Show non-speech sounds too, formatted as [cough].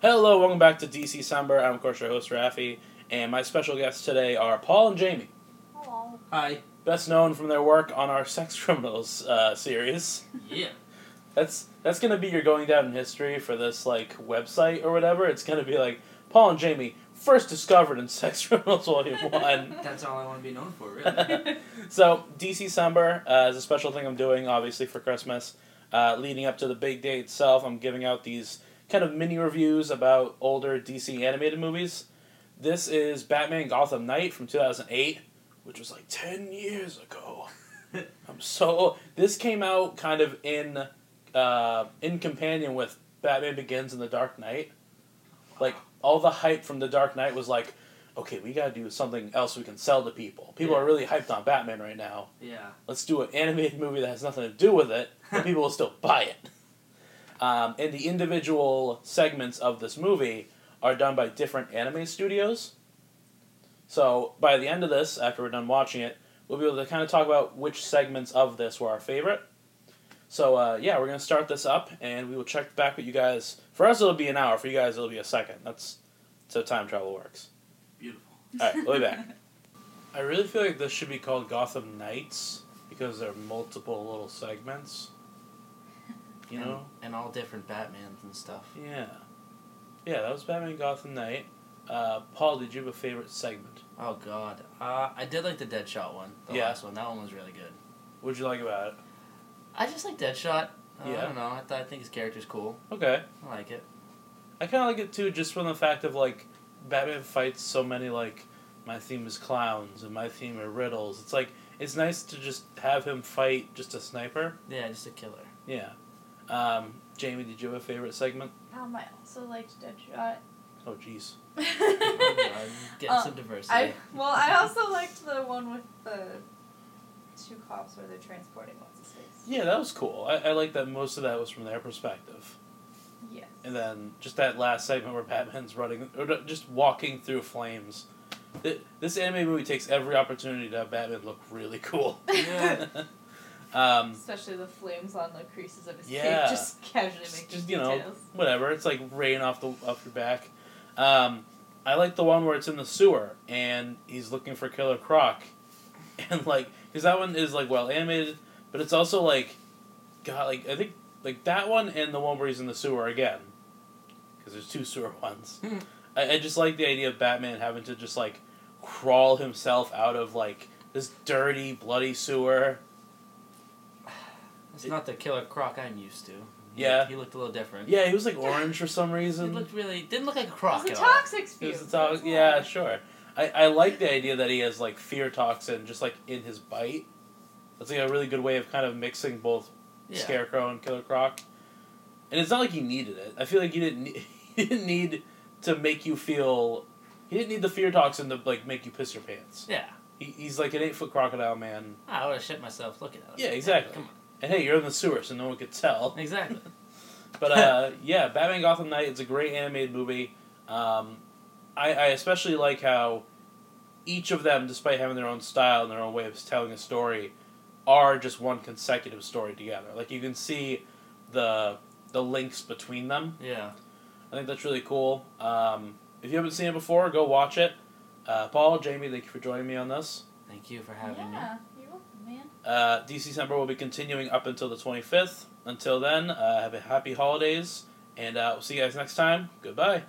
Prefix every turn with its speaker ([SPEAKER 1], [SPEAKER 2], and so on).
[SPEAKER 1] Hello, welcome back to DC Summer. I'm, of course, your host, Rafi, and my special guests today are Paul and Jamie,
[SPEAKER 2] Hello.
[SPEAKER 3] Hi.
[SPEAKER 1] best known from their work on our [laughs] Sex Criminals uh, series.
[SPEAKER 3] Yeah.
[SPEAKER 1] That's that's gonna be your going down in history for this like website or whatever. It's gonna be like Paul and Jamie first discovered in [laughs] Sex Criminals Volume One.
[SPEAKER 3] That's all I want to be known for, really.
[SPEAKER 1] So DC Summer uh, is a special thing I'm doing, obviously for Christmas, uh, leading up to the big day itself. I'm giving out these kind of mini reviews about older DC animated movies. This is Batman Gotham Knight from 2008, which was like 10 years ago. I'm so this came out kind of in uh, in companion with Batman Begins and The Dark Knight. Like all the hype from The Dark Knight was like, okay, we gotta do something else we can sell to people. People
[SPEAKER 3] Yeah.
[SPEAKER 1] are really hyped on Batman right now.
[SPEAKER 3] Yeah.
[SPEAKER 1] Let's do an animated movie that has nothing to do with [laughs] it, but people will still buy it. Um, and the individual segments of this movie are done by different anime studios. So by the end of this, after we're done watching it, we'll be able to kind of talk about which segments of this were our favorite. So uh, yeah, we're gonna start this up, and we will check back with you guys. For us, it'll be an hour. For you guys, it'll be a second. That's that's how time travel works.
[SPEAKER 3] Beautiful.
[SPEAKER 1] All right, we'll be back.
[SPEAKER 2] [laughs]
[SPEAKER 1] I really feel like this should be called Gotham Knights because there are multiple little segments. You
[SPEAKER 4] and,
[SPEAKER 1] know?
[SPEAKER 4] and all different Batmans and stuff.
[SPEAKER 1] Yeah. Yeah, that was Batman Gotham Knight. Uh, Paul, did you have a favorite segment?
[SPEAKER 4] Oh God, uh, I did like the Deadshot one, the
[SPEAKER 1] Yeah.
[SPEAKER 4] last one. That one was really good.
[SPEAKER 1] What'd you like about it?
[SPEAKER 4] I just like Deadshot. Uh,
[SPEAKER 1] Yeah.
[SPEAKER 4] I don't know. I, th- I think his character's cool.
[SPEAKER 1] Okay.
[SPEAKER 4] I like it.
[SPEAKER 1] I kind of like it too, just from the fact of like Batman fights so many like my theme is clowns and my theme are riddles. It's like it's nice to just have him fight just a sniper.
[SPEAKER 4] Yeah, just a killer.
[SPEAKER 1] [laughs] Yeah. Um, Jamie, did you have a favorite segment?
[SPEAKER 2] Um, I also liked
[SPEAKER 1] [laughs]
[SPEAKER 2] Deadshot.
[SPEAKER 1] Oh, jeez.
[SPEAKER 4] Oh, God, I'm getting
[SPEAKER 2] Uh,
[SPEAKER 4] some diversity.
[SPEAKER 2] I well, I also liked the one with the two cops where they're transporting what's his face.
[SPEAKER 1] Yeah, that was cool. I, I like that most of that was from their perspective.
[SPEAKER 2] Yes.
[SPEAKER 1] And then just that last segment where Batman's running, or no, just walking through flames. Th- This anime movie takes every opportunity to have Batman look really cool. [laughs]
[SPEAKER 3] Yeah.
[SPEAKER 1] um,
[SPEAKER 2] [laughs] Especially the flames on the creases of his
[SPEAKER 1] Yeah.
[SPEAKER 2] cape, just casually
[SPEAKER 1] Just-
[SPEAKER 2] making
[SPEAKER 1] just, you know,
[SPEAKER 2] details.
[SPEAKER 1] whatever, it's like rain off the off your back. Um, I like the one where it's in the sewer and he's looking for Killer Croc, [laughs] and like because that one is like well animated, but it's also like, God, like I think like that one and the one where he's in the sewer again, because there's two sewer [laughs] ones.
[SPEAKER 4] Hmm.
[SPEAKER 1] I, I just like the idea of Batman having to just like crawl himself out of like this dirty bloody sewer.
[SPEAKER 4] it's not the killer croc I'm used to. He
[SPEAKER 1] Yeah.
[SPEAKER 4] looked- he looked a little different.
[SPEAKER 1] Yeah, he was like orange for some
[SPEAKER 4] he
[SPEAKER 1] reason.
[SPEAKER 4] looked really didn't look like a
[SPEAKER 2] It
[SPEAKER 4] croc
[SPEAKER 2] was a
[SPEAKER 4] at all.
[SPEAKER 2] toxic fume.
[SPEAKER 1] Here's the tox- Yeah, sure. I, I like the idea that he has like fear toxin just like in his bite. That's like a really good way of kind of mixing both
[SPEAKER 4] Yeah.
[SPEAKER 1] Scarecrow and Killer Croc. And it's not like he needed it. I feel like he didn't [laughs] ne- he didn't need to make you feel he didn't need the fear toxin to like make you piss your pants.
[SPEAKER 4] Yeah.
[SPEAKER 1] He, he's like an eight foot crocodile man.
[SPEAKER 4] I would have shit myself looking at him.
[SPEAKER 1] Yeah, exactly.
[SPEAKER 4] Come
[SPEAKER 1] And hey, you're in the sewer, so no one could tell.
[SPEAKER 4] on. Exactly.
[SPEAKER 1] But uh, yeah, Batman Gotham Knight is a great animated movie. Um, I, I especially like how each of them, despite having their own style and their own way of telling a story, are just one consecutive story together. Like you can see the the links between them.
[SPEAKER 4] yeah.
[SPEAKER 1] I think that's really cool. Um, if you haven't seen it before, go watch it. Uh, Paul, Jamie, thank you for joining me on this.
[SPEAKER 4] Thank you for having me.
[SPEAKER 2] Yeah, you're welcome, man.
[SPEAKER 1] Uh, DC Summer will be continuing up until the 25th. Until then, uh, have a happy holidays, and uh, we'll see you guys next time. Goodbye.